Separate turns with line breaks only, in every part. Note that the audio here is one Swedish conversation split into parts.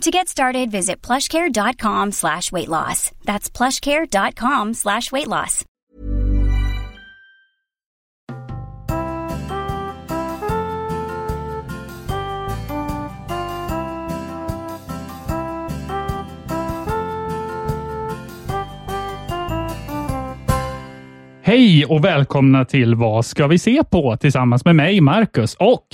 To get started, visit plushcare.com slash weight loss. That's plushcare.com slash weight loss.
Hej och välkomna till Vad ska vi se på? Tillsammans med mig, Marcus och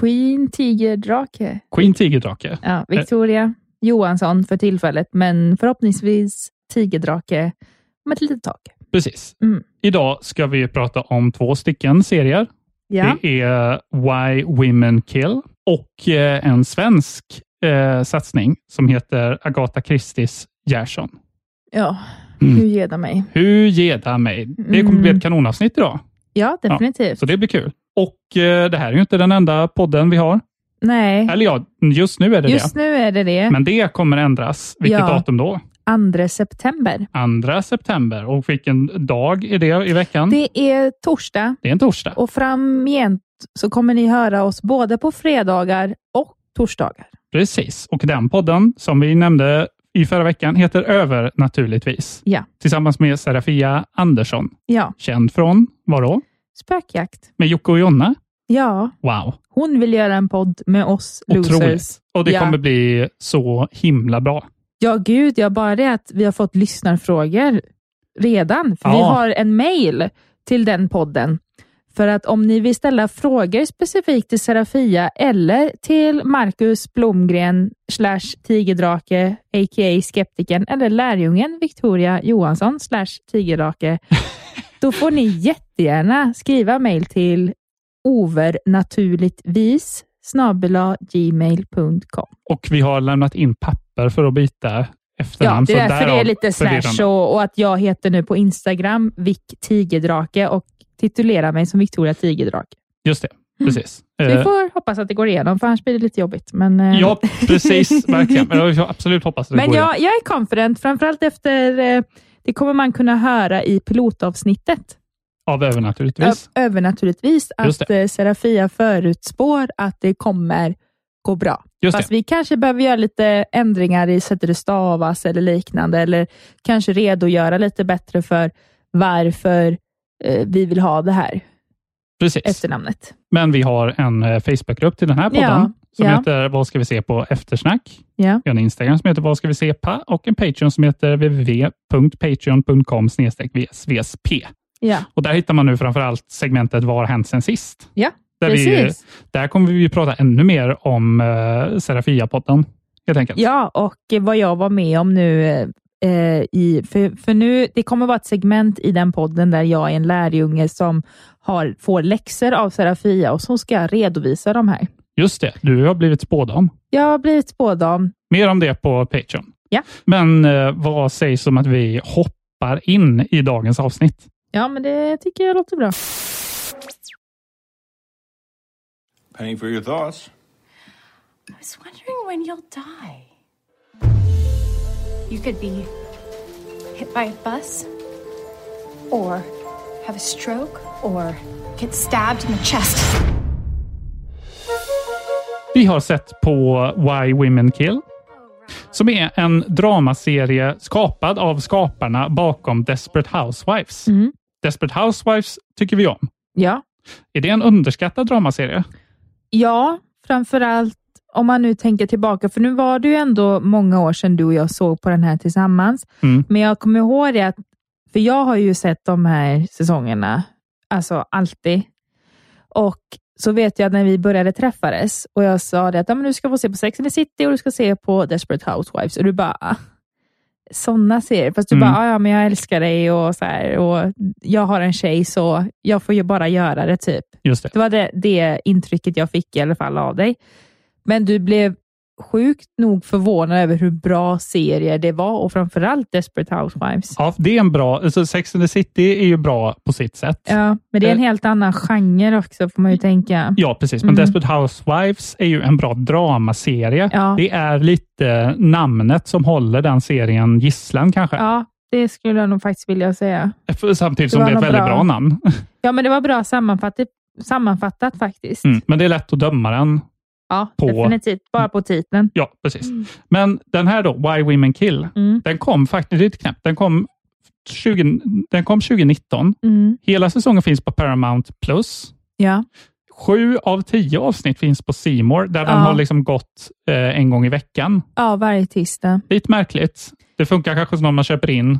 Queen Tigerdrake.
Queen Tigerdrake.
Ja, Victoria Johansson för tillfället, men förhoppningsvis Tigerdrake om ett litet tag.
Precis.
Mm.
Idag ska vi prata om två stycken serier.
Ja,
Det är Why Women Kill och eh, en svensk eh, satsning som heter Agatha Christies Gerson.
ja.
Mm.
nu ger det mig.
Hur geda mig. Det kommer bli ett
Mm.
kanonavsnitt idag,
Ja, definitivt.
så det blir kul. Och eh, det här är ju inte den enda podden vi har.
Nej,
Eller ja, just nu är det
just nu är det det.
det. Men det kommer ändras. Vilket
Ja.
datum då?
2
Mm.
september.
2 september. Och vilken dag är det i veckan? Det,
Det är torsdag
är en torsdag.
och framgent så kommer ni höra oss både på fredagar och torsdagar.
Precis. Och den podden som vi nämnde i förra veckan heter Över naturligtvis.
Ja.
Tillsammans med Serafia Andersson.
Ja,
Känd från, vadå?
spökjakt.
Med Jocke och Jonna.
Ja,
Wow,
hon vill göra en podd med oss losers.
otroligt. Och det
Ja.
kommer bli så himla bra.
Ja, gud, ja, bara det att vi har fått lyssnarfrågor redan. För Vi
Ja.
har en mail till den podden. För att om ni vill ställa frågor specifikt till Serafia eller till Marcus Blomgren slash Tigerdrake, a.k.a. Skeptiken eller lärjungen Victoria Johansson slash Tigerdrake, då får ni jättegärna skriva mail till overnaturligtvis snabela gmail.com.
Och vi har lämnat in papper för att byta
Ja,
efternamn.
det är därför det är
därav
lite slash
förvirrande.
och, och att jag heter nu på Instagram Vick Tigerdrake och titulerar mig som Victoria Tigerdrake.
Just det,
Mm.
precis.
Så
Eh,
vi får hoppas att det går igenom, för annars blir det lite jobbigt. Men, eh,
Ja, precis. Verkligen. Men Jag får absolut hoppas att det
men
går
jag, jag är confident, framförallt efter eh, det kommer man kunna höra i pilotavsnittet.
av Över naturligtvis.
Ö- Över naturligtvis
Just
att eh, Serafia förutspår att det kommer gå bra.
Just det.
Fast vi kanske behöver göra lite ändringar i sättet det stavas eller liknande, eller kanske redogöra lite bättre för varför eh, vi vill ha det här
Precis.
efternamnet.
Men vi har en eh, Facebookgrupp till den här podden
Ja,
som
ja.
heter Vad ska vi se på eftersnack?
Ja.
Vi har en Instagram som heter Vad ska vi se på? Och en Patreon som heter www.patreon.com vsp.
Ja,
Och där hittar man nu framför allt segmentet Vad har hänt sen sist?
Ja,
där, vi,
precis.
där kommer vi ju prata ännu mer om uh, Serafia-podden, helt enkelt.
Ja, och eh, vad jag var med om nu, eh, eh, i, för, för nu, det kommer vara ett segment i den podden där jag är en lärjunge som har, får läxor av Serafia och som ska redovisa de här.
Just det, du har blivit spådd om.
Jag har blivit spådd om
Mer om det på Patreon.
Ja.
Men eh, vad sägs om att vi hoppar in i dagens avsnitt?
Ja, men det tycker jag låter bra.
Penny for your thoughts.
I was wondering when you'll die. You could be hit by a bus, or have a stroke, or get stabbed in the chest.
Vi har sett på Why Women Kill, som är en dramaserie skapad av skaparna bakom Desperate Housewives.
Mm.
Desperate Housewives tycker vi om.
Ja.
Är det en underskattad dramaserie?
Ja, framförallt om man nu tänker tillbaka, för nu var det ju ändå många år sedan du och jag såg på den här tillsammans.
Mm.
Men jag kommer ihåg det att, för jag har ju sett de här säsongerna, alltså alltid. Och så vet jag att när vi började träffades och jag sa det att "Ja, men du ska få se på Sex and the City och du ska se på Desperate Housewives och du bara, "Ah, sådana serier. Fast du
Mm.
bara, "Ah, "Ja, ja men jag älskar dig och så här, och jag har en tjej så jag får ju bara göra det typ.
Just det.
Det var det, det intrycket jag fick i alla fall av dig. Men du blev sjukt nog förvånad över hur bra serier det var och framförallt Desperate Housewives.
Ja, det är en bra... Alltså Sex and the City är ju bra på sitt sätt.
Ja, men det är en
Eh.
helt annan genre också får man ju tänka.
Ja, precis. Men
Mm.
Desperate Housewives är ju en bra dramaserie.
Ja.
Det är lite namnet som håller den serien gisslan kanske.
Ja, det skulle jag nog faktiskt vilja säga.
För- Samtidigt som
Det var
det är ett
nog
väldigt bra,
bra.
namn.
Ja, men det var bra sammanfattat, sammanfattat faktiskt.
Mm. Men det är lätt att döma den.
Ja,
På-
definitivt. Bara på titeln.
Ja, precis. Men den här då, Why Women Kill,
Mm.
den kom faktiskt lite knäppt. Den kom, 20, den kom 2019.
Mm.
Hela säsongen finns på Paramount+. Plus.
Ja.
Sju av tio avsnitt finns på Seymour där den
Ja.
har liksom gått eh, en gång i veckan.
ja, varje tisdag.
Lite märkligt. Det funkar kanske som någon man köper in.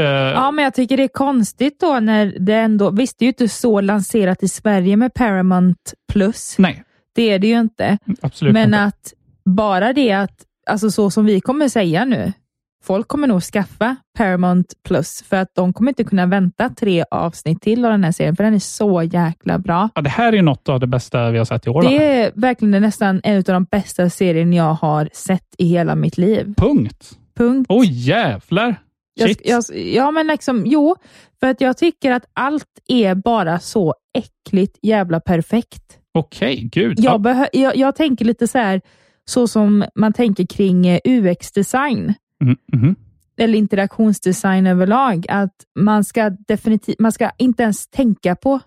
Eh,
Ja, men jag tycker det är konstigt då när det ändå... Visst, det är ju inte så lanserat i Sverige med Paramount+. Plus.
Nej,
Det är det ju inte.
absolut
men
inte.
eh, att bara det att, alltså så som vi kommer säga nu, folk kommer nog skaffa Paramount Plus för att de kommer inte kunna vänta tre avsnitt till av den här serien, för den är så jäkla bra.
Ja, det här är ju något av det bästa vi har sett i år.
Det
va?
är verkligen nästan en av de bästa serien jag har sett i hela mitt liv.
Punkt.
Punkt.
Åh jävlar!
Jag,
Shit.
jag, ja, men liksom, jo, för att jag tycker att allt är bara så äckligt jävla perfekt.
Okej, gud.
Jag,
Ja,
behö- jag, jag tänker lite så här, så som man tänker kring eh, UX-design.
mm, mhm.
eller interaktionsdesign överlag, att man ska definitivt, man ska inte ens tänka på,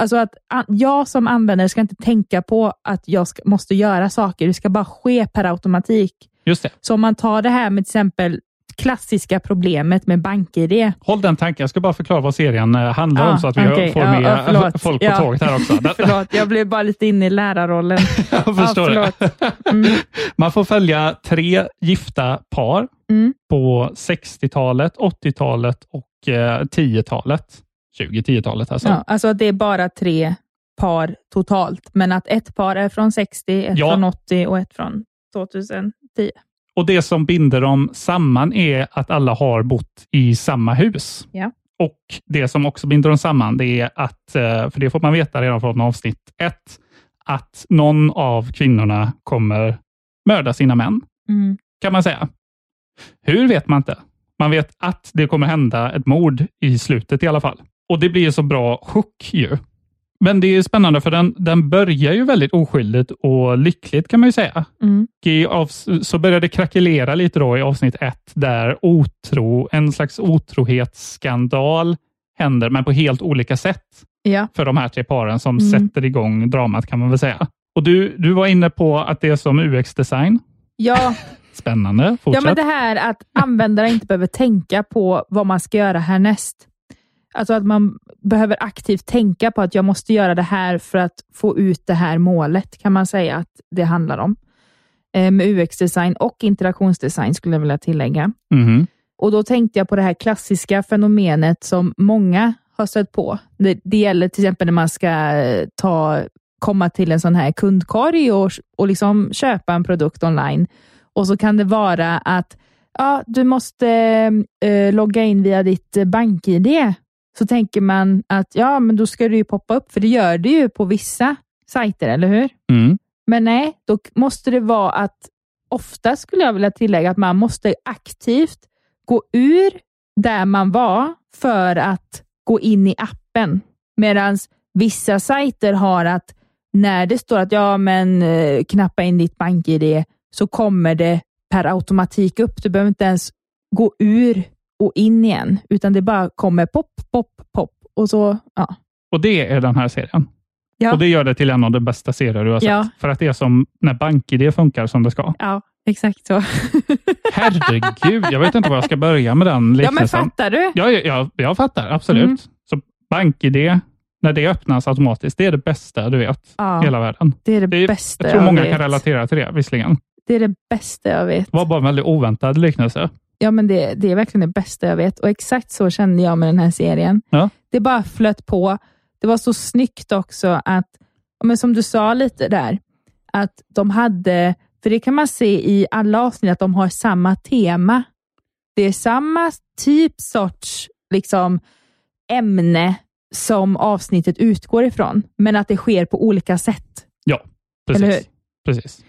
alltså att an- jag som användare ska inte tänka på att jag ska, måste göra saker, det ska bara ske per automatik.
Just det.
Så om man tar det här med till exempel klassiska problemet med bank-id.
Håll den tanken. Jag ska bara förklara vad serien eh, handlar
Ja,
om så att vi
Ah, okej.
får
Ja,
med eh,
ja, förlåt.
folk på
Ja.
tåget här också.
Förlåt, jag blev bara lite inne i lärarrollen.
Jag förstår
Ja,
det. Man får följa tre gifta par
Mm.
på 60-talet, 80-talet och eh, 10-talet. 20-10-talet alltså.
Ja, alltså att det är bara tre par totalt, men att ett par är från 60, ett
Ja.
från 80 och ett från 2010.
Och det som binder dem samman är att alla har bott i samma hus.
Ja.
Och det som också binder dem samman, det är att, eh, för det får man veta redan från avsnitt ett, att någon av kvinnorna kommer mörda sina män,
Mm.
kan man säga. Hur vet man inte. Man vet att det kommer hända ett mord i slutet i alla fall. Och det blir ju så bra chock ju. Men det är ju spännande för den, den börjar ju väldigt oskyldigt och lyckligt kan man ju säga.
Mm.
Och i avs- så började det krackelera lite då i avsnitt ett där otro, en slags otrohetsskandal händer, men på helt olika sätt
Ja.
för de här tre paren som
Mm.
sätter igång dramat kan man väl säga. Och du, du var inne på att det är som UX-design.
Ja,
Spännande.
ja,
Fortsätt.
men det här att användare inte behöver tänka på vad man ska göra härnäst. Alltså att man behöver aktivt tänka på att jag måste göra det här för att få ut det här målet, kan man säga att det handlar om. Eh, Med UX-design och interaktionsdesign skulle jag vilja tillägga.
Mhm.
Och Då tänkte jag på det här klassiska fenomenet som många har stött på. Det, det gäller till exempel när man ska eh, ta, komma till en sån här kundkorg och, och liksom köpa en produkt online. Och så kan det vara att ja, du måste eh, logga in via ditt eh, bank-id. Så tänker man att ja, men då ska det ju poppa upp, för det gör det ju på vissa sajter, eller hur?
Mm.
Men nej, då k- måste det vara att ofta skulle jag vilja tillägga att man måste aktivt gå ur där man var för att gå in i appen. Medan vissa sajter har att när det står att ja, men eh, knappa in ditt bank-id så kommer det per automatik upp. Du behöver inte ens gå ur och in igen, utan det bara kommer pop, pop, pop. Och så, ja.
Och det är den här serien.
Ja.
Och det gör det till en av de bästa serier du har sett.
Ja.
För att det är som när BankID funkar som det ska.
ja, exakt så.
Herregud, jag vet inte var jag ska börja med den
Ja, men
liknelsen.
fattar du?
Ja, ja, ja, jag fattar. Absolut.
Mm.
Så BankID, när det öppnas automatiskt, det är det bästa du vet
Ja.
i hela världen.
Det är det,
Det är-
bästa
Jag tror många
vet.
kan relatera till det, visserligen.
Det är det bästa jag vet.
Det var bara en väldigt oväntad liknelse.
Ja, men det, det är verkligen det bästa jag vet och exakt så kände jag med den här serien.
Ja.
Det bara flöt på. Det var så snyggt också att, ja, men som du sa lite där, att de hade, för det kan man se i alla avsnitt, att de har samma tema. Det är samma typ sorts liksom, ämne som avsnittet utgår ifrån, men att det sker på olika sätt.
Ja,
Eller hur?
precis. precis.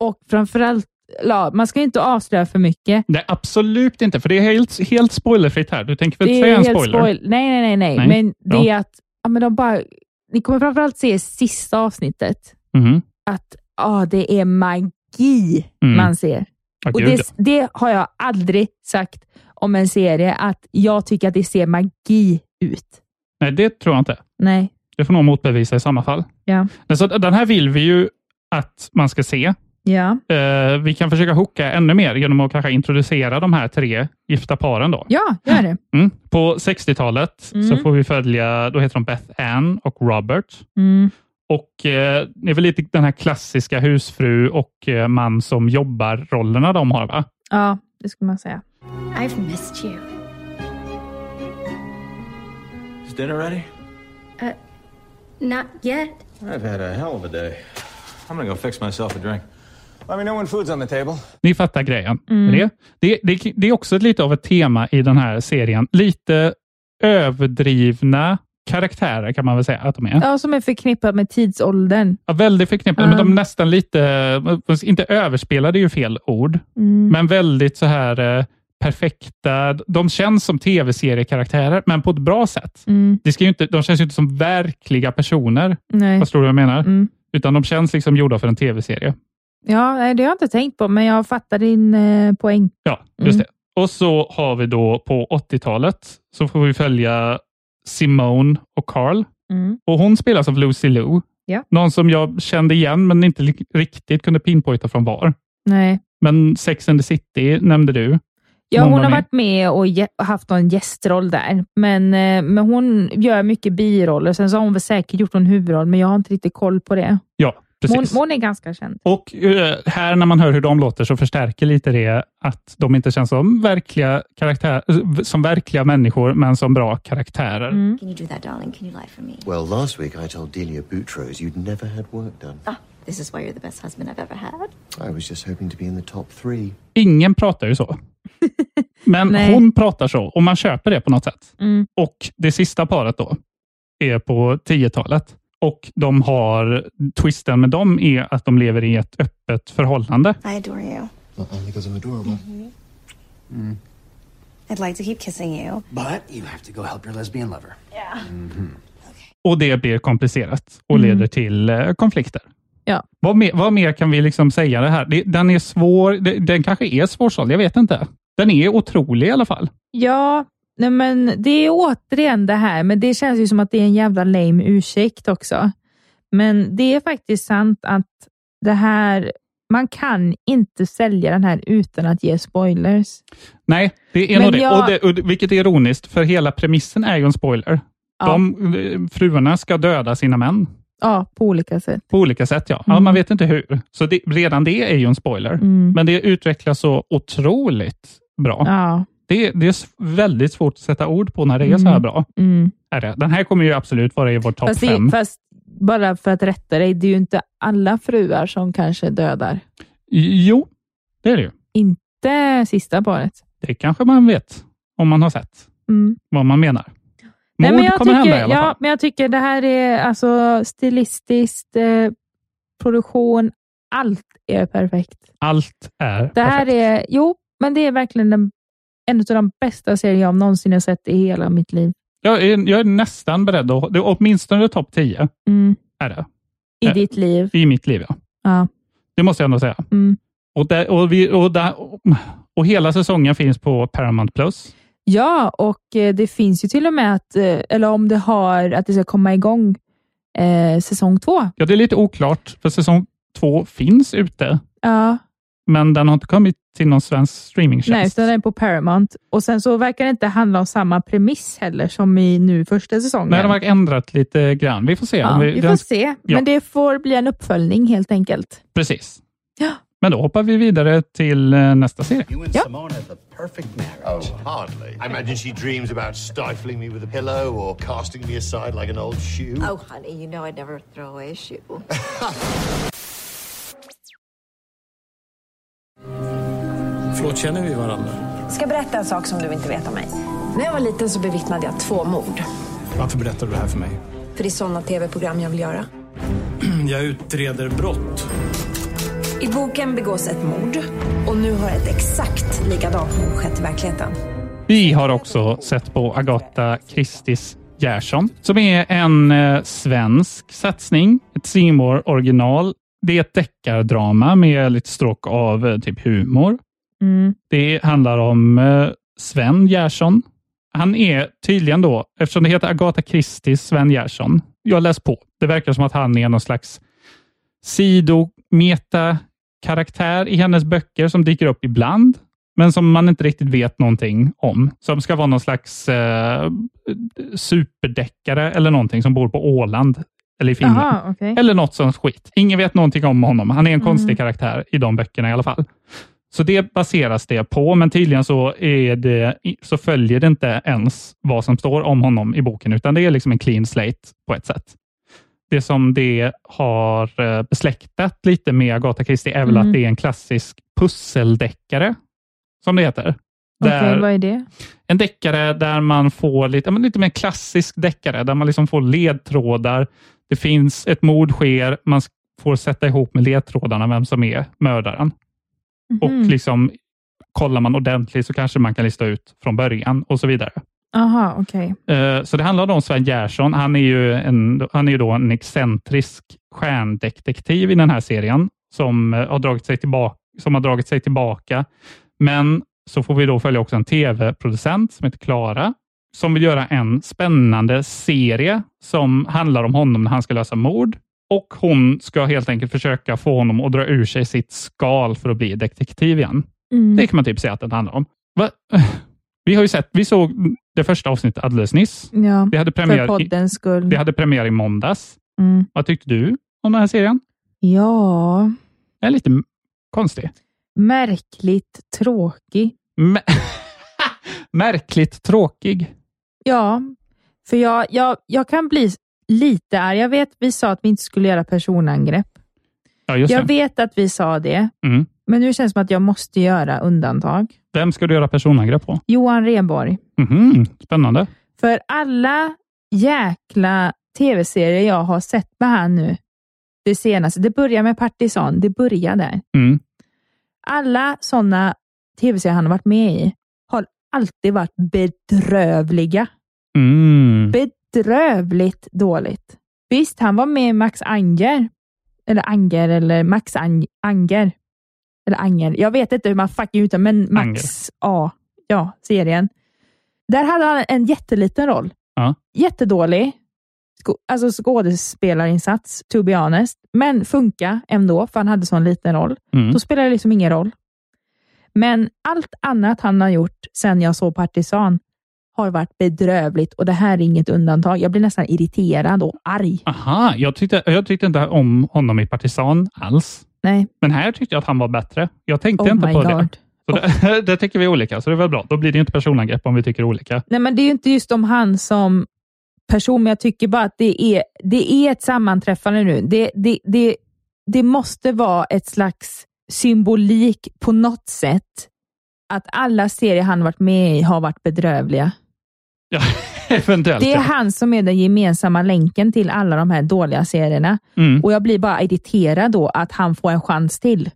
Och framförallt, ja, man ska ju inte avslöja för mycket.
Nej, absolut inte, för det är helt, helt spoilerfritt här. Du tänker väl inte säga en spoiler?
spoil- Nej, nej, nej, nej.
Nej,
Men
bra.
det är att ja, men de bara, ni kommer framförallt se i sista avsnittet
Mhm.
att ja, det är magi
Mm.
man ser.
Ja,
Och
gud,
det, det har jag aldrig sagt om en serie, att jag tycker att det ser magi ut.
Nej, det tror jag inte.
Nej.
Det får nog motbevisa i samma fall.
Ja.
Men Så den här vill vi ju att man ska se.
Ja.
Eh, vi kan försöka hooka ännu mer genom att kanske introducera de här tre gifta paren. Då.
Ja, gör det.
Mm. På 60-talet så
Mm.
får vi följa, då heter de Beth Ann och Robert.
Mm.
Och eh, Det är väl lite den här klassiska husfru och eh, man som jobbar-rollerna de har, va?
Ja, det skulle man säga.
I've missed you.
Is dinner ready?
Uh, Not yet.
I've had a hell of a day. I'm gonna go fix myself a drink. Let me know when food's on the table.
Ni fattar grejen.
Mm.
med Det, det, det, det är också ett, lite av ett tema i den här serien. Lite överdrivna karaktärer kan man väl säga att de är.
Ja, som är förknippad med tidsåldern.
Ja, väldigt förknippade, men de är nästan lite, inte överspelade är ju fel ord,
Mm.
men väldigt så här eh, perfekta. De känns som tv-seriekaraktärer, men på ett bra sätt. Det ska ju inte, de känns ju inte som verkliga personer,
Mm. Nej.
förstår du vad jag menar?
Mm.
Utan de känns liksom gjorda för en tv-serie.
Ja, nej, det har jag inte tänkt på, men jag fattar din eh, poäng.
Ja, just det. Och så har vi då på 80-talet, så får vi följa Simone och Carl.
Mm.
Och Hon spelas av Lucy Liu.
Ja.
Någon som jag kände igen, men inte li- riktigt kunde pinpointa från var.
Nej.
Men Sex and the City nämnde du.
Ja,
Hon
hon,
var
har
med.
varit med och ge- haft någon gästroll där, men, eh, men hon gör mycket biroller. Sen så har hon väl säkert gjort någon huvudroll, men jag har inte riktigt koll på det.
Ja,
Men
precis.
Hon, hon är ganska känd.
Och eh, här när man hör hur de låter så förstärker lite det att de inte känns som verkliga, karaktär, som verkliga människor, men som bra karaktärer.
Can you do that, darling? Can you lie for me?
Well, last week I told Delia Boutros you'd never had work done.
Ah, this is why you're the best husband I've ever had.
I was just hoping to be in the top three.
Ingen pratar ju så. Men
Nej. Mm.
hon pratar så och man köper det på något sätt. Och det sista paret då är på 10-talet. Och de har, twisten med dem är att de lever i ett öppet förhållande.
I adore you.
Not only because I'm adorable,
I'd like to keep kissing you.
but you have to go help your lesbian lover.
Och det blir komplicerat och leder till eh, konflikter.
Mm. Ja.
Vad mer, vad mer kan vi liksom säga det här? Det, den är svår, det, den kanske är svårsåld, jag vet inte. Den är otrolig i alla fall.
Ja, nej men det är återigen det här, men det känns ju som att det är en jävla lame ursäkt också. Men det är faktiskt sant att det här, man kan inte sälja den här utan att ge spoilers.
Nej, det är
Men
nog det.
jag-
Och det. Och det. Vilket är ironiskt, för hela premissen är ju en spoiler.
Ja.
De eh, fruarna ska döda sina män
Ja, på olika sätt.
på olika sätt. Ja. Ja,
Mm.
man vet inte hur. Så det, redan det är ju en spoiler. Men det utvecklas så otroligt bra.
Ja,
Det, det är s- väldigt svårt att sätta ord på när det är så här bra.
mm.
Är det. Den här kommer ju absolut vara i vår topp
fast, det,
fem.
är- fast bara för att rätta dig, det är ju inte alla fruar som kanske dödar.
Jo, det är det ju.
Inte sista paret.
Det kanske man vet om man har sett
Mm.
vad man menar. Mord
Nej, men jag
kommer
tycker,
hända i alla
ja,
fall.
men jag tycker det här är alltså stilistiskt, eh, produktion, allt är perfekt.
Allt är
Det här
perfekt.
är, jo, men det är verkligen den, en av de bästa serier jag någonsin har sett i hela mitt liv.
Jag är, jag är nästan beredd att... Det är åtminstone topp 10
Mm.
är det.
I
Ja.
ditt liv.
I mitt liv, ja.
Ja.
Det måste jag ändå säga.
Mm.
Och, där, och, vi, och, där, och hela säsongen finns på Paramount+. Plus.
ja, och eh, det finns ju till och med att, eh, eller om det har, att det ska komma igång eh, säsong två.
Ja, det är lite oklart, för säsong två finns ute,
Ja,
men den har inte kommit till någon svensk
nej,
streamingtjänst.
utan den är på Paramount. Och sen så verkar det inte handla om samma premiss heller som i nu första säsongen.
Nej, de har ändrat lite grann. Vi får se.
Ja,
om
vi, får
den-
se,
ja.
men det får bli en uppföljning helt enkelt.
Precis.
Ja.
Men då hoppar vi vidare till eh, nästa serie.
You and
Yep.
Simone are the perfect marriage.
Oh, hardly. I imagine she dreams about stifling me with a pillow or casting me aside like an old shoe.
Oh, honey, you know I'd never throw away a shoe.
Förlåt, känner vi varandra?
ska berätta en sak som du inte vet om mig. När jag var liten så bevittnade jag två mord.
Varför berättar du det här för mig?
För det är sådana tv-program jag vill göra.
Jag utreder brott.
I boken begås ett mord och nu har ett exakt likadant mord skett i verkligheten.
Vi har också sett på Agatha Christies Gerson, som är en eh, svensk satsning. Ett Seymour original. Det är ett deckardrama med lite stråk av eh, typ humor.
Mm.
Det handlar om eh, Sven Gerson. Han är tydligen då, eftersom det heter Agatha Christie, Sven Gerson. Jag har läst på. Det verkar som att han är någon slags sidometa-karaktär i hennes böcker som dyker upp ibland, men som man inte riktigt vet någonting om. Som ska vara någon slags eh, superdäckare eller någonting som bor på Åland eller i Finland.
Jaha, okej.
Eller något sånt skit. Ingen vet någonting om honom. Han är
Mm.
en konstig karaktär i de böckerna i alla fall. Så det baseras det på, men tydligen så, är det, så följer det inte ens vad som står om honom i boken, utan det är liksom en clean slate på ett sätt. Det som det har eh, besläktat lite med Agatha Christie är väl
Mm.
att det är en klassisk pusseldeckare, som det heter.
Okej,
Där-
vad är det?
en deckare där man får lite, ja, men lite mer klassisk deckare, där man liksom får ledtrådar. Det finns ett mord sker, man s- får sätta ihop med ledtrådarna vem som är mördaren. Och
Mhm.
liksom kollar man ordentligt så kanske man kan lista ut från början och så vidare.
Aha, okej.
Eh, Så det handlar om Sven Gerson. Han är ju, en, han är ju då en excentrisk stjärndetektiv i den här serien som eh, har dragit sig tillbaka. Som har dragit sig tillbaka. Men så får vi då följa också en tv-producent som heter Klara som vill göra en spännande serie som handlar om honom när han ska lösa mord. Och hon ska helt enkelt försöka få honom att dra ur sig sitt skal för att bli detektiv igen.
Mm.
Det kan man typ säga att den handlar om. Va? Vi har ju sett, vi såg det första avsnittet alldeles nyss.
Ja,
Vi hade
för
premiär, i,
poddens skull.
vi hade premiär i måndags.
Mm.
Vad tyckte du om den här serien?
Ja,
Den är lite m- konstig.
märkligt tråkig.
M- Märkligt tråkig.
Ja, för jag, jag, jag kan bli lite arg. Jag vet vi sa att vi inte skulle göra personangrepp.
Ja, just
Jag
det.
vet att vi sa det,
Mm.
men nu känns det som att jag måste göra undantag.
Vem ska du göra personangrepp på?
Johan Rheborg.
Mhm, Spännande.
För alla jäkla tv-serier jag har sett med han nu, det senaste, det börjar med Partisan, det börjar där.
Mm.
Alla sådana tv-serier han har varit med i har alltid varit bedrövliga.
Mm.
Bedrövligt dåligt. Visst, han var med i Max Anger. Eller Anger, eller Max Ang- Anger. Eller Anger. Jag vet inte hur man fucking uttalar men Max
Anger.
A. Ja, serien. Där hade han en jätteliten roll.
Ja.
Jättedålig. Sko- alltså skådespelarinsats, to be honest. Men funka ändå, för han hade sån liten roll.
Mm.
Då spelar det liksom ingen roll. Men allt annat han har gjort sedan jag såg Partisan har varit bedrövligt och det här är inget undantag. Jag blir nästan irriterad och arg.
Aha, jag tyckte, jag tyckte inte om honom i Partisan alls.
Nej,
Men här tyckte jag att han var bättre. Jag tänkte
oh
inte
my
på
god.
det. Så det, det tycker vi olika, så det är väl bra. Då blir det ju inte personangrepp om vi tycker olika.
Nej, men det är ju inte just om han som person, men jag tycker bara att det är, det är ett sammanträffande nu. Det, det, det, det måste vara ett slags symbolik på något sätt att alla serier han varit med i har varit bedrövliga.
Ja, eventuellt.
Det är
ja.
han som är den gemensamma länken till alla de här dåliga serierna.
Mm.
Och jag blir bara irriterad då att han får en chans till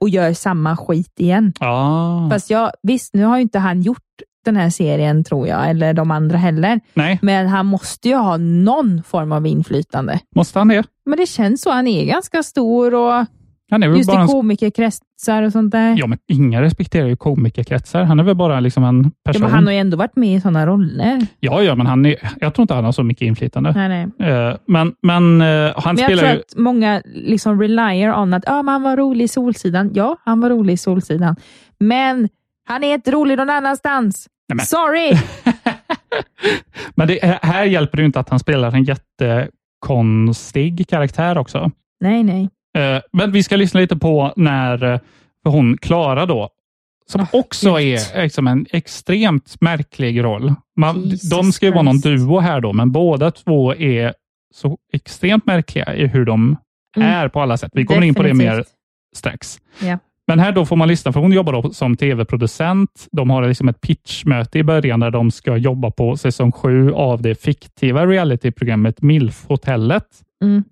och gör samma skit igen.
Ah.
Fast jag, visst, nu har ju inte han gjort den här serien tror jag, eller de andra heller.
Nej,
Men han måste ju ha någon form av inflytande.
måste han det?
Men det känns så. Han är ganska stor och
Han är väl
just
Mm, bara
i
en...
komikerkretsar och sånt där.
Ja, men ingen respekterar ju komikerkretsar. Han är väl bara liksom en
Ja,
person.
men han har ju ändå varit med i sådana roller.
ja, ja, men han är... jag tror inte han har så mycket inflytande.
Nej, nej.
Eh, Men, men eh, han
Men jag
spelar
tror
ju...
att många liksom relier on att ah, men han var rolig i Solsidan. Ja, han var rolig i Solsidan. Men han är inte rolig någon annanstans.
Nej, men-
Sorry!
Men det, här- här hjälper det ju inte att han spelar en jättekonstig karaktär också.
nej, nej.
Eh, Men vi ska lyssna lite på när eh, hon, Klara då, som
Ah,
också är liksom en extremt märklig roll. Man,
Jesus
de ska ju vara någon
Christ.
duo här då, men båda två är så extremt märkliga i hur de
Mm.
är på alla sätt. Vi kommer in på det mer
Definitivt.
strax.
Ja.
Men här då får man lyssna, för hon jobbar då som tv-producent. De har liksom ett pitchmöte i början där de ska jobba på säsong sju av det fiktiva realityprogrammet MILF-hotellet.
Mm.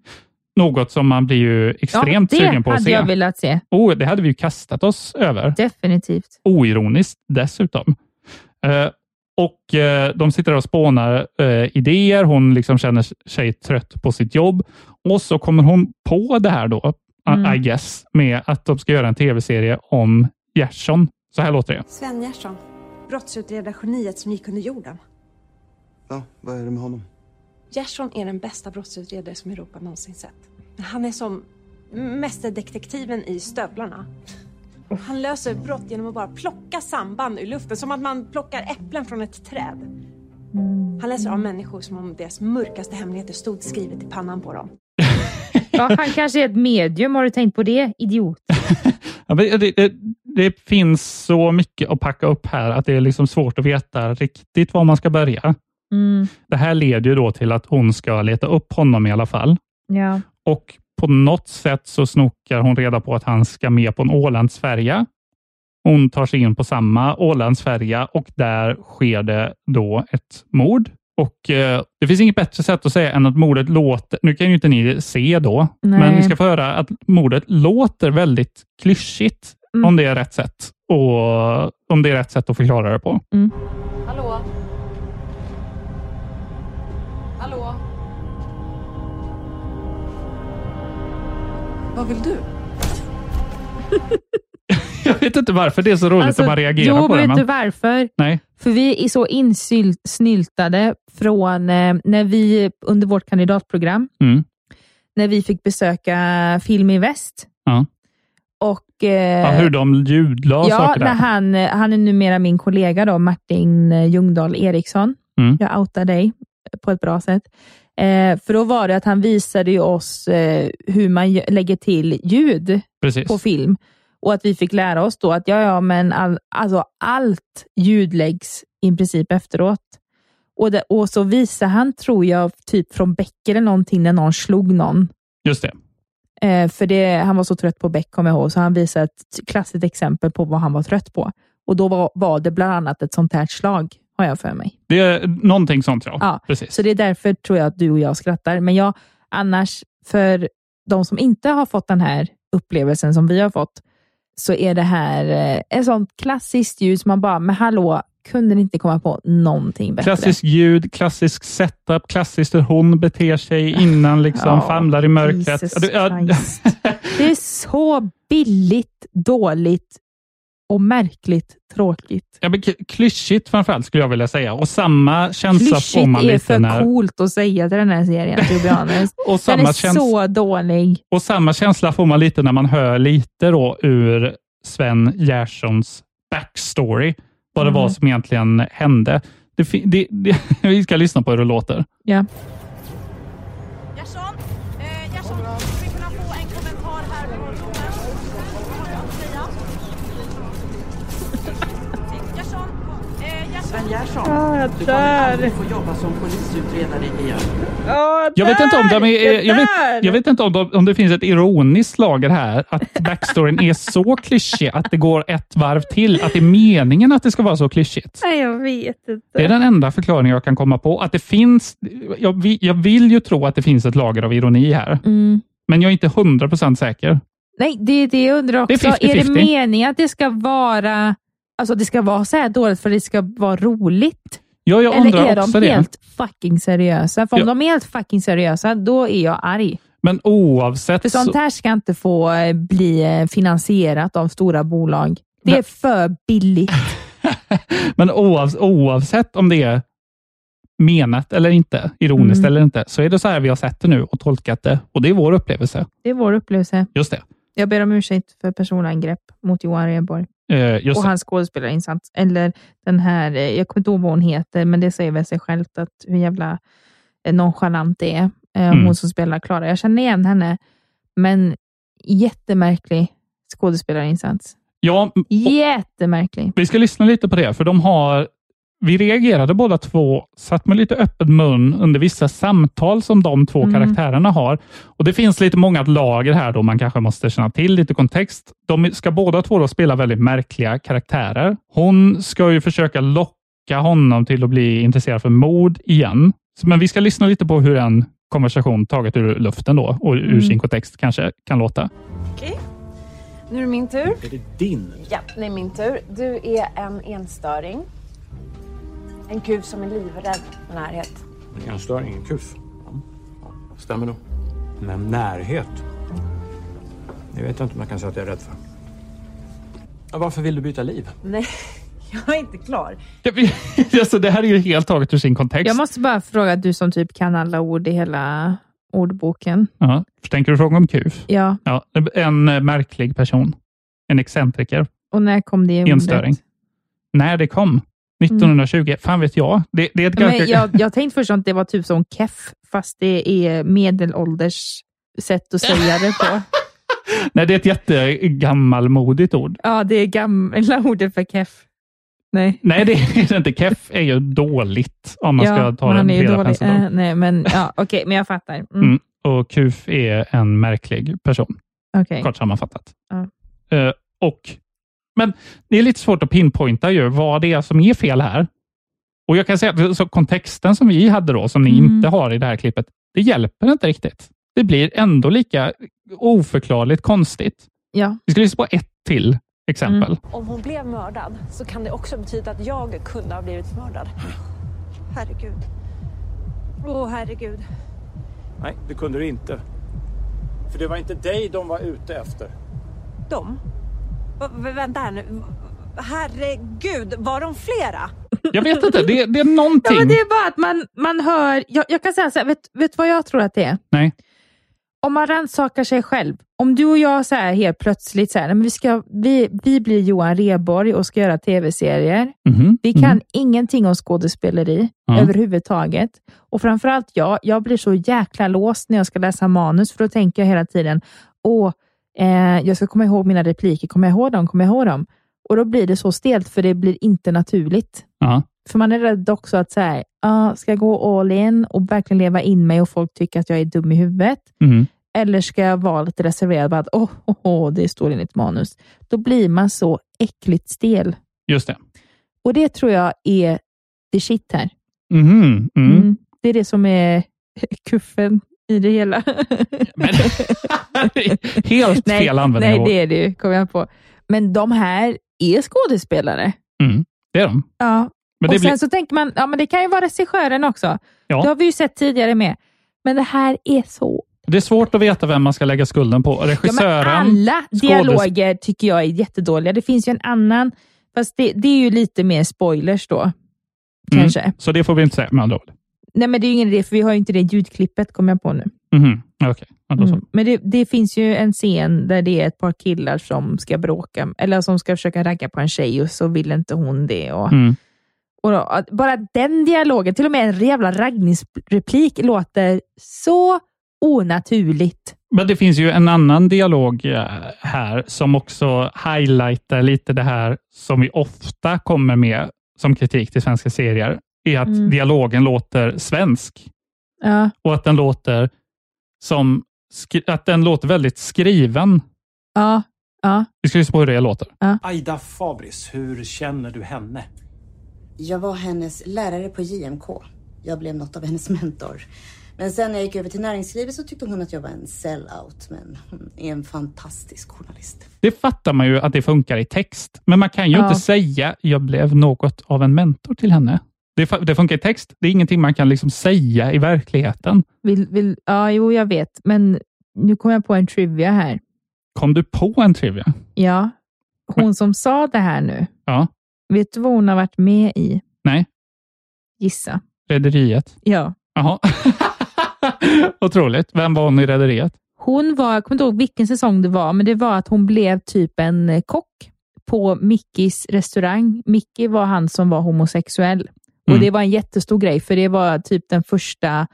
Något som man blir ju extremt
ja,
sugen på att
Det hade
se.
jag velat se.
Oh, det hade vi ju kastat oss över.
Definitivt.
Oironiskt dessutom. Eh, och eh, De sitter och spånar eh, idéer. Hon liksom känner sig trött på sitt jobb. Och så kommer hon på det här då, I-
Mm.
I guess, med att de ska göra en tv-serie om Gerson. Så här låter det.
Sven Gertsson, brottsutredargeniet som gick under jorden.
Ja, vad är det med honom?
Gertsson är den bästa brottsutredare som Europa någonsin sett. Han är som mästerdetektiven i Stövlarna. Han löser brott genom att bara plocka samband ur luften, som att man plockar äpplen från ett träd.
Mm.
Han läser av människor som om deras mörkaste hemligheter stod skrivet i pannan på dem.
Ja, han kanske är ett medium. Har du tänkt på det? Idiot.
Ja, men det, det, det finns så mycket att packa upp här att det är liksom svårt att veta riktigt var man ska börja.
Mm.
Det här leder ju då till att hon ska leta upp honom i alla fall.
Ja.
Och på något sätt så snokar hon reda på att han ska med på en Ålandsfärja. Hon tar sig in på samma Ålandsfärja och där sker det då ett mord. Och eh, Det finns inget bättre sätt att säga än att mordet låter, nu kan ju inte ni se då,
Nej.
men ni ska få höra att mordet låter väldigt klyschigt
Mm.
om det är rätt sätt och om det är rätt sätt att förklara det på.
Hallå? Hallå?
Vad vill du?
Jag vet inte varför det är så roligt att man reagerar
Alltså, jo,
på det.
men vet du
Men...
varför?
Nej.
För vi är så insnyltade från eh, när vi under vårt kandidatprogram,
Mm.
när vi fick besöka Film i Väst.
Ja.
Och, eh,
Ja, hur de ljudlade
ja,
saker där.
när han, eh, han är numera min kollega då, Martin eh, Ljungdahl Eriksson.
Mm.
Jag outar dig på ett bra sätt. Eh, för då var det att han visade ju oss eh, hur man gö- lägger till ljud
Precis.
på film. Och att vi fick lära oss då att ja, ja, men all, alltså allt ljud läggs i princip efteråt. Och, det, och så visar han, tror jag, typ från Beck eller någonting när någon slog någon.
Just det.
Eh, för det, han var så trött på Beck, kommer jag ihåg, så han visade ett klassiskt exempel på vad han var trött på. Och då var, var det bland annat ett sånt här slag, har jag för mig.
Det är någonting sånt, ja.
Ja,
Precis.
Så det är därför tror jag att du och jag skrattar. Men jag, annars, för de som inte har fått den här upplevelsen som vi har fått, så är det här eh, ett sånt klassiskt ljud som man bara, men hallå, kunde ni inte komma på någonting bättre?
Klassiskt ljud, klassisk setup, klassiskt hur hon beter sig innan, liksom,
Ja,
famlar i mörkret.
Jesus
Ja, du- ja,
Christ. Det är så billigt, dåligt och märkligt tråkigt.
ja, men k- klyschigt framförallt skulle jag vilja säga. Och samma känsla får man
Klyschigt är
lite
för
när...
coolt att säga till den här serien, to be honest.
Och
Den
samma,
är
käns-
så dålig.
och samma känsla får man lite när man hör lite då ur Sven Gerssons backstory. Vad det var
Mhm.
som egentligen hände. Det, fi- det, det, vi ska lyssna på hur det låter.
Ja.
Gerson, eh, Gerson, skulle vi kunna få en kommentar här från Jonas? Vad har du att säga? Gerson, eh, Gerson. Sven Gerson,
Ah, jag
du kommer aldrig
dör.
få jobba som polisutredare igen.
Jag vet inte om, de är,
Jag
jag vet,
dör!
jag vet inte om, de, om det finns ett ironiskt lager här, att backstoryn är så klyschig att det går ett varv till, att det är meningen att det ska vara så klyschigt.
Nej, jag vet inte.
Det är den enda förklaringen jag kan komma på. Att det finns, jag, vi- jag vill ju tro att det finns ett lager av ironi här,
Mm.
men jag är inte hundra procent säker.
Nej, det är det jag undrar
Det är
också. Är,
50-50.
det meningen att det ska vara Alltså det ska vara så här dåligt för att det ska vara roligt?
Ja, jag
Eller
undrar
är
också
de
det.
helt fucking seriösa? För om
Ja.
de är helt fucking seriösa, då är jag arg.
Men oavsett
För sånt
så,
här ska inte få eh, bli eh, finansierat av stora bolag. Det är för billigt.
men oavs, oavsett om det är menat eller inte, ironiskt
Mm.
eller inte, så är det så här vi har sett det nu och tolkat det. Och det är vår upplevelse.
Det är vår upplevelse.
Just det.
Jag ber om ursäkt för personangrepp mot Johan Rheborg
Eh, just
och
det.
hans skådespelarinsats. Eller den här, eh, jag kommer inte ihåg vad hon heter, men det säger väl sig självt att hur jävla eh, nonchalant det är. Eh,
Mm.
Hon som spelar Klara. Jag känner igen henne, men jättemärklig skådespelarinsats.
Ja, m- och
Jättemärklig.
vi ska lyssna lite på det, för de har... Vi reagerade båda två, satt med lite öppen mun under vissa samtal som de två
Mm.
karaktärerna har. Och Det finns lite många lager här då man kanske måste känna till, lite kontext. De ska båda två då spela väldigt märkliga karaktärer. Hon ska ju försöka locka honom till att bli intresserad för mord igen. Så- Men vi ska lyssna lite på hur den konversation taget ur luften då och ur
Mm.
sin kontext kanske kan låta.
Okej. Nu är det min tur.
Är det din?
Ja, det är min tur. Du är en enstöring. En kuf som är livrädd för närhet.
En störing, en kuf. Stämmer nog. Men närhet? Det vet jag inte om jag kan säga att jag är rädd för. Ja, Varför vill du byta liv?
Nej, jag är inte klar.
alltså, det här är ju helt taget ur sin kontext.
Jag måste bara fråga, du som typ kan alla ord i hela ordboken.
Ja. Tänker du fråga om kuf?
Ja,
Ja, en eh, märklig person. En excentriker.
och när kom det ordet?
Enstöring. När det kom? 1920? Fan vet jag. Det, det är ett
Ja,
ganska...
Mm. Men jag, jag tänkte först att det var typ som keff, fast det är medelålders sätt att säga det på.
Nej, det är ett jättegammalmodigt ord.
Ja, det är gamla ordet för keff. Nej.
Nej, det är det inte. Keff är ju dåligt om man
ja,
ska ta den
men han är ju
breda
dålig.
penseln.
Eh, nej, men ja, okej, men jag fattar. Mm,
Mm. Och kuf är en märklig person,
okej.
kort sammanfattat.
Ja.
Eh, och, men det är lite svårt att pinpointa ju vad det är som är fel här. Och jag kan säga att så kontexten som vi hade då, som ni
Mm.
inte har i det här klippet, det hjälper inte riktigt. Det blir ändå lika oförklarligt konstigt.
Ja.
Vi ska lyssna på ett till exempel.
Mm.
Om hon blev mördad så kan det också betyda att jag kunde ha blivit mördad. Herregud. Åh, herregud.
Nej, det kunde du inte. För det var inte dig de var ute efter.
De? Va- va- vänta här nu. Herregud, var de flera?
Jag vet inte, det, det är
Ja,
någonting.
men det är bara att man, man hör... Jag, jag kan säga så här, vet, vet vad jag tror att det är?
Nej.
Om man rannsakar sig själv. Om du och jag så här helt plötsligt, så här, "Nej, men vi, ska, vi, vi blir Johan Rheborg och ska göra tv-serier.
Mhm,
Vi kan
mhm.
ingenting om skådespeleri
Ja.
överhuvudtaget. Och framförallt jag, jag blir så jäkla låst när jag ska läsa manus, för då tänker jag hela tiden, åh, eh, jag ska komma ihåg mina repliker, kommer jag ihåg dem, kommer jag ihåg dem? Och då blir det så stelt, för det blir inte naturligt.
Ja.
För man är rädd också att så här, ah, ska jag gå all in och verkligen leva in mig och folk tycker att jag är dum i huvudet?
Mm.
Eller ska jag vara lite reserverad? Bara att, oh, oh, oh, det står i mitt manus. Då blir man så äckligt stel.
Just det.
Och det tror jag är the shit här.
Mhm, mm.
Mm. Det är det som är kuffen i det hela.
Helt
nej,
fel användning
nej,
av ord.
det är det ju, kom jag på. Men de här är skådespelare.
Mm, det är de.
Ja.
Men
och
det
sen
blir-
så tänker man, ja men det kan ju vara regissören också.
Ja.
Det har vi ju sett tidigare med. Men det här är så...
Det är svårt att veta vem man ska lägga skulden på.
Ja, men
Regissören,
alla
skådes-
dialoger tycker jag är jättedåliga. Det finns ju en annan, fast det, det är ju lite mer spoilers då.
Mm,
Kanske.
Så det får vi inte säga med andra ord.
Nej, men det är ju ingen idé, för vi har ju inte det ljudklippet, kom jag på nu.
Mhm, Okej, ja, då så.
Mm. Men det, det finns ju en scen där det är ett par killar som ska bråka, eller som ska försöka ragga på en tjej och så vill inte hon det. Och,
Mm.
och då, att bara den dialogen, till och med en jävla raggningsreplik låter så onaturligt.
Men det finns ju en annan dialog eh, här som också highlightar lite det här som vi ofta kommer med som kritik till svenska serier. är att
Mm.
dialogen låter svensk
Ja,
och att den låter som skri- att den låter väldigt skriven.
ja, ja.
Vi ska lyssna på hur det låter.
Aida Fabris, hur känner du henne?
Jag var hennes lärare på JMK. Jag blev något av hennes mentor. Men sen när jag gick över till näringslivet så tyckte hon att jag var en sellout. Men hon är en fantastisk journalist.
Det fattar man ju att det funkar i text, men man kan ju
Ja.
inte säga jag blev något av en mentor till henne. Det, fa- det funkar i text, det är ingenting man kan liksom säga i verkligheten.
Vill, vill, ja, jo, jag vet, men nu kom jag på en trivia här.
Kom du på en trivia?
Ja, hon som sa det här nu,
Ja.
vet du vad hon har varit med i?
Nej.
Gissa.
Rederiet?
Ja.
Jaha. Otroligt. Vem var hon i Rederiet?
Hon var, jag kommer inte ihåg vilken säsong det var, men det var att hon blev typ en eh, kock på Mickis restaurang. Mickey var han som var homosexuell. Och
Mm.
Det var en jättestor grej, för det var typ den första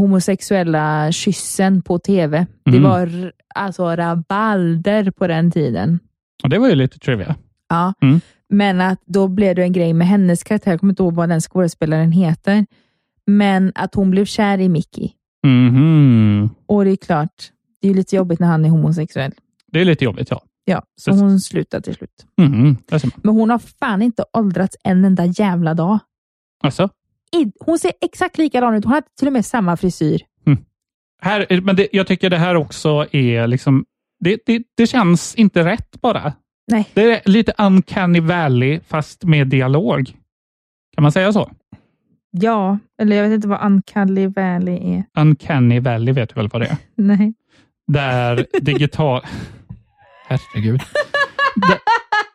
homosexuella kyssen på tv. Det
Mm.
var r- alltså rabalder på den tiden.
Och det var ju lite trivia.
Ja.
Mm.
Men att då blev det en grej med hennes karaktär, jag kommer inte ihåg vad den skådespelaren heter, men att hon blev kär i Mickey.
Mhm.
Och det är klart, det är ju lite jobbigt när han är homosexuell.
Det är lite jobbigt, ja.
Ja, så
Precis.
hon slutade till slut.
Mhm. Där ser man.
Men hon har fan inte åldrats en enda jävla dag.
Alltså?
I- Hon ser exakt likadan ut. Hon har till och med samma frisyr.
Mm. här, men det, jag tycker det här också är liksom, det, det, det känns inte rätt bara.
Nej.
Det är lite uncanny valley fast med dialog. Kan man säga så?
Ja, eller jag vet inte vad Uncanny Valley är.
Uncanny valley vet du väl vad det är?
Nej.
Där digital... Herregud. Det,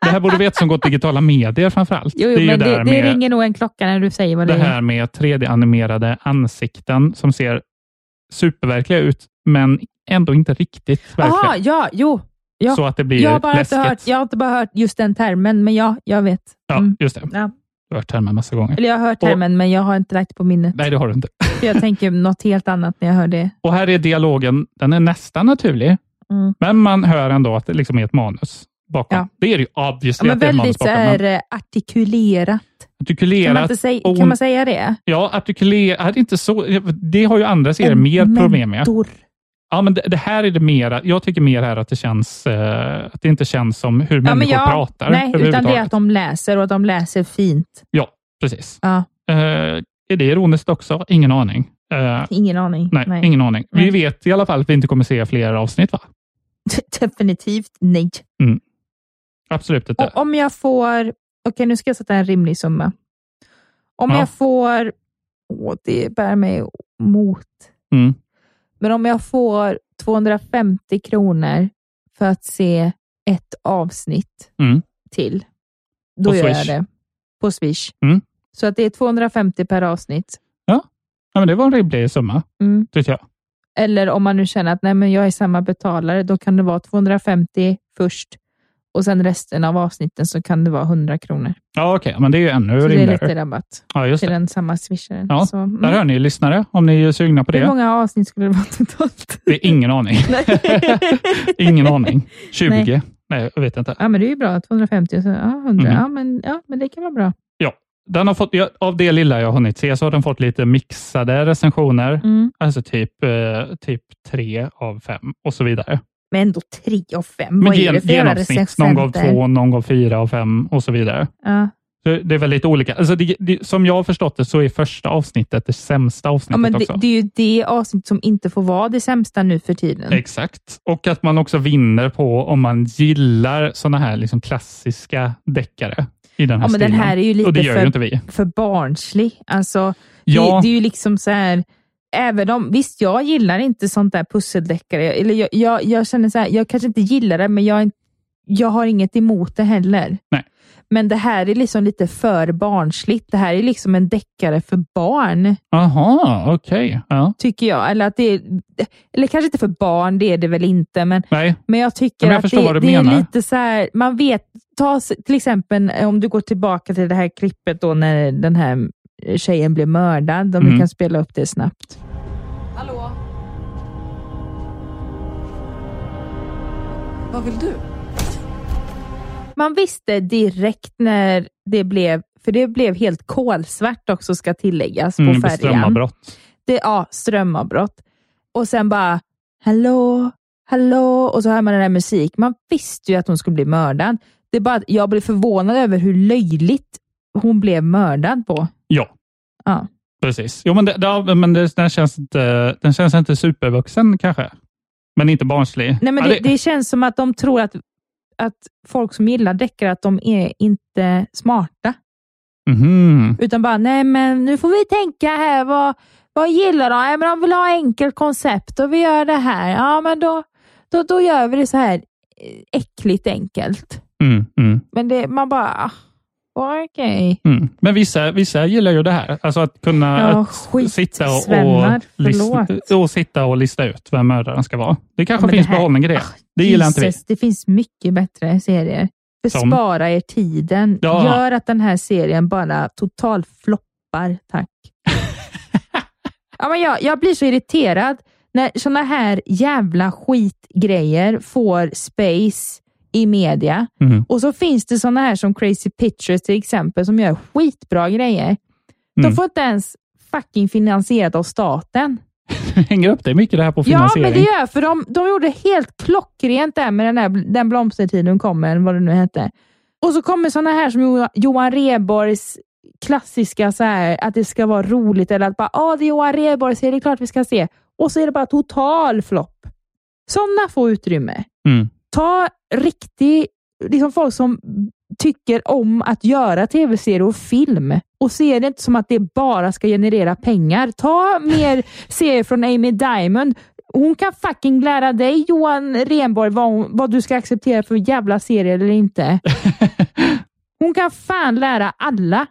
det här borde vi veta som gått digitala medier framför allt.
Jo, jo,
ju
men det,
där
det
med-
ringer nog en klocka när du säger vad det,
det
är.
här med 3D-animerade ansikten som ser superverkliga ut, men ändå inte riktigt verkliga.
Jaha, ja, jo. Ja.
Så att det blir
jag, har bara inte
läskigt.
hört, jag har inte bara hört just den termen, men ja, jag vet.
Ja, just det.
Ja.
Du har hört termen massa gånger.
Eller jag har hört termen, men jag har inte lagt på minnet.
Nej, det har du inte.
För jag tänker något helt annat när jag hör det.
Och här är dialogen, den är nästan naturlig,
Mm.
men man hör ändå att det liksom är ett manus bakom. Det är det ju
Ja,
obviously
men
att det är ett manus
väldigt så
bakom.
här,
Men
eh, artikulerat.
artikulerat,
Kan man, inte säga,
ton-
kan man säga det?
Ja, artikulerat, inte så, det har ju andra serier
En
mer problem med.
mentor.
Ja, men det, det här är det mera, jag tycker mer här att det känns, eh, att det inte känns som hur
Ja, men
människor
jag-
pratar.
Nej, utan det är
överhuvudtaget.
att de läser och att de läser fint.
Ja, precis.
Ja,
Eh, är det ironiskt också? Ingen aning. Eh,
ingen aning.
nej, ingen aning. Vi vet i alla fall att vi inte kommer se fler avsnitt, va?
Definitivt nej.
Mm. Absolut inte.
Och om jag får... Okej, nu ska jag sätta en rimlig summa. Om
Ja.
jag får... Åh, det bär mig mot.
Mm.
Men om jag får 250 kronor för att se ett avsnitt
Mm.
till, då
På
gör jag
Swish.
det. På Swish.
Mm.
Så att det är 250 per avsnitt.
Ja, men det var en rimlig summa,
Mm.
tyckte jag.
Eller om man nu känner att nej, men jag är samma betalare, då kan det vara 250 först och sen resten av avsnitten så kan det vara 100 kronor.
Ja, okej. men det är ju ännu
Så det är
rimligare.
lite rabatt
ja, just
till
det.
den samma swisharen.
Ja,
så, mm.
Där hör ni lyssnare, om ni är sugna på
Hur
det.
många avsnitt skulle det vara totalt?
Det är ingen aning. ingen aning. 20? Nej.
Nej.
jag vet inte.
ja, men det är ju bra. 250 och så, ja, 100.
Mm.
Ja, men, ja, men det kan vara bra.
Ja, den har fått, ja, av det lilla jag har hunnit se så har den fått lite mixade recensioner.
Mm.
Alltså typ, eh, typ tre av fem och så vidare.
Men ändå 3 av 5.
Men
Vad är det för jävla
genomsnitt, någon gav
recensenter?
två, någon gav fyra av fem och så vidare.
Ja.
Så det är väldigt olika. Alltså det, det, som jag har förstått det så är första avsnittet det sämsta
Ja,
avsnittet
men det,
också.
det är ju det avsnitt som inte får vara det sämsta nu för tiden.
Exakt. Och att man också vinner på om man gillar sådana här liksom klassiska deckare i den här
Ja, men den
stilen.
här är ju lite
och det gör
för,
ju inte vi.
för barnslig. Alltså,
Ja.
det, det är ju liksom så här, även om, visst jag gillar inte sånt där pusseldeckare, eller jag, jag, jag känner så här, jag kanske inte gillar det, men jag, är inte- jag har inget emot det heller.
Nej.
Men det här är liksom lite för barnsligt. Det här är liksom en deckare för barn,
Aha, okej. Ja.
tycker jag. Eller, att det är, eller kanske inte för barn, det är det väl inte, men
Nej,
men jag tycker
Ja, men jag
att
förstår vad du
det, det är
menar.
lite så här, man vet, ta s- till exempel eh, om du går tillbaka till det här klippet då när den här eh, tjejen blev mördad, om
Mm.
vi kan spela upp det snabbt.
Hallå? Vad vill du?
Man visste direkt när det blev, för det blev helt kolsvart också ska tilläggas på
mm,
färjan.
strömavbrott.
Det, ja, strömavbrott. Och sen bara, hallå, hallå, och så hör man den här musik. Man visste ju att hon skulle bli mördad. Det är bara att jag blev förvånad över hur löjligt hon blev mördad på.
Ja,
Ja.
Precis. Jo, men det, det, men det, den, känns inte, den känns inte supervuxen kanske, men inte barnslig.
Nej, men
Ja,
det, det känns som att de tror att, att folk som gillar deckare, att de är inte smarta.
Mhm.
Utan bara, nej men nu får vi tänka här. Vad, vad gillar de? Nej, men de vill ha enkelt koncept och vi gör det här. Ja, men då, då, då gör vi det så här eh, äckligt enkelt.
Mm, mm,
Men det, man bara, ah, okej.
mm. Men vissa, vissa gillar ju det här, alltså att kunna
Ja,
att sitta, och,
skitsvänner.
lista, och sitta och lista ut vem mördaren ska vara. Det kanske
men det
finns
här- Ah,
behållning i det. Det gillar inte vi.
Jesus, Det finns mycket bättre serier.
Som?
Bespara er tiden.
Ja.
Gör att den här serien bara total floppar, tack. ja, men jag, jag blir så irriterad när såna här jävla skitgrejer får space i media.
Mhm.
Och så finns det såna här som Crazy Pictures till exempel, som gör skitbra grejer.
Mm.
De får inte ens fucking finansierat av staten.
Hänger upp dig mycket det här på
Ja, men det
finansiering.
gör jag, för de, de gjorde helt klockrent där med den, här, den blomstertiden kommer, vad det nu hette. Och så kommer sådana här som Jo- Johan Rheborgs klassiska så här, att det ska vara roligt eller att bara, ah, det är Johan Rheborg, så är det klart vi ska se. Och så är det bara total flopp. Sådana får utrymme.
Mm.
Ta riktig, liksom folk som tycker om att göra tv-serier och film och se det inte som att det bara ska generera pengar. Ta mer serier från Amy Diamond. Hon kan fucking lära dig, Johan Renborg, vad, hon, vad du ska acceptera för jävla serier eller inte. Hon kan fan lära alla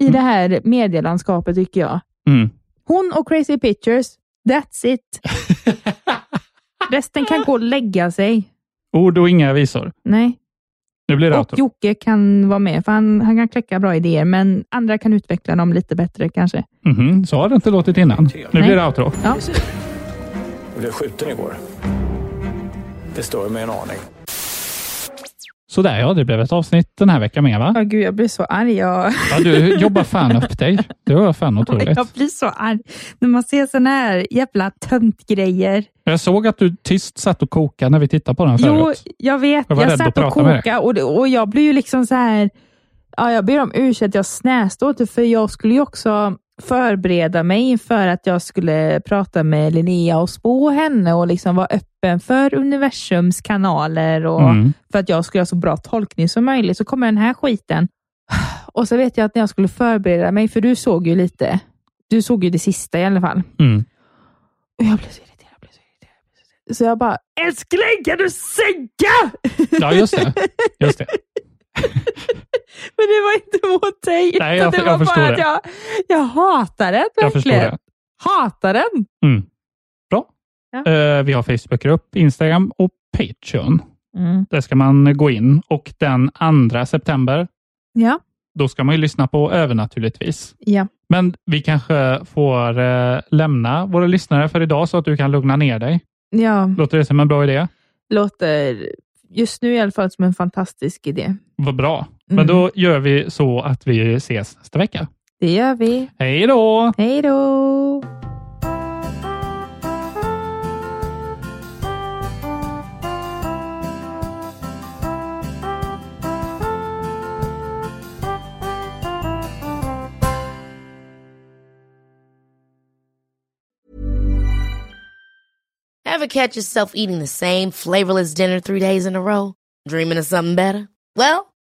i det här medielandskapet, tycker jag.
Mm.
Hon och Crazy Pictures, that's it. Resten kan gå och lägga sig.
Ord och inga visor.
Nej.
Nu blir det
Och Jocke kan vara med, för han, han kan kläcka bra idéer, men andra kan utveckla dem lite bättre kanske.
Mhm, så har det inte låtit innan. Nu
Nej.
blir det outro.
Ja.
Jag blev skjuten igår. Det stör mig en aning.
Sådär ja, det blev ett avsnitt den här veckan med va?
Ja, gud, jag blir så arg. Jag,
Ja, du jobbar fan upp dig. Det var fan otroligt.
jag blir så arg när man ser såna här jävla töntgrejer.
Jag såg att du tyst satt och kokade när vi tittade på den
Jo,
förut.
jag vet.
Jag
Jag,
var rädd
satt
att
och
prata med dig.
kokade och, det- och jag blev ju liksom så här... Ja, jag ber om ursäkt, jag snäste åt det, för jag skulle ju också förbereda mig inför att jag skulle prata med Linnea och spå henne och liksom vara öppen för universums kanaler och
Mm.
för att jag skulle ha så bra tolkning som möjligt. Så kommer den här skiten. Och så vet jag att när jag skulle förbereda mig, för du såg ju lite. Du såg ju det sista i alla fall.
Mm.
Och jag blev så irriterad. jag blev så irriterad, jag blev så irriterad. Så jag bara, älskling kan du sänka?
Ja, just det. Just det.
Men det var inte mot dig. utan
jag-
det
jag
var
förstår
bara
det.
att jag, jag hatar den
Jag förstår
verkligen.
det.
Hatar den.
Mm. Bra.
Ja.
Eh, vi har Facebookgrupp, Instagram och Patreon. Där ska man gå in och den 2 september,
Ja.
då ska man ju lyssna på övernaturligtvis.
ja.
Men vi kanske får eh, lämna våra lyssnare för idag så att du kan lugna ner dig.
Ja,
Låter det som en bra idé?
låter just nu i alla fall som en fantastisk idé.
Vad bra.
Mm.
Men då gör vi så att vi ses nästa vecka.
Det gör vi.
Hej då!
Hej då!
Ever catch yourself eating the same flavorless dinner three days in a row? Dreaming of something better? Well,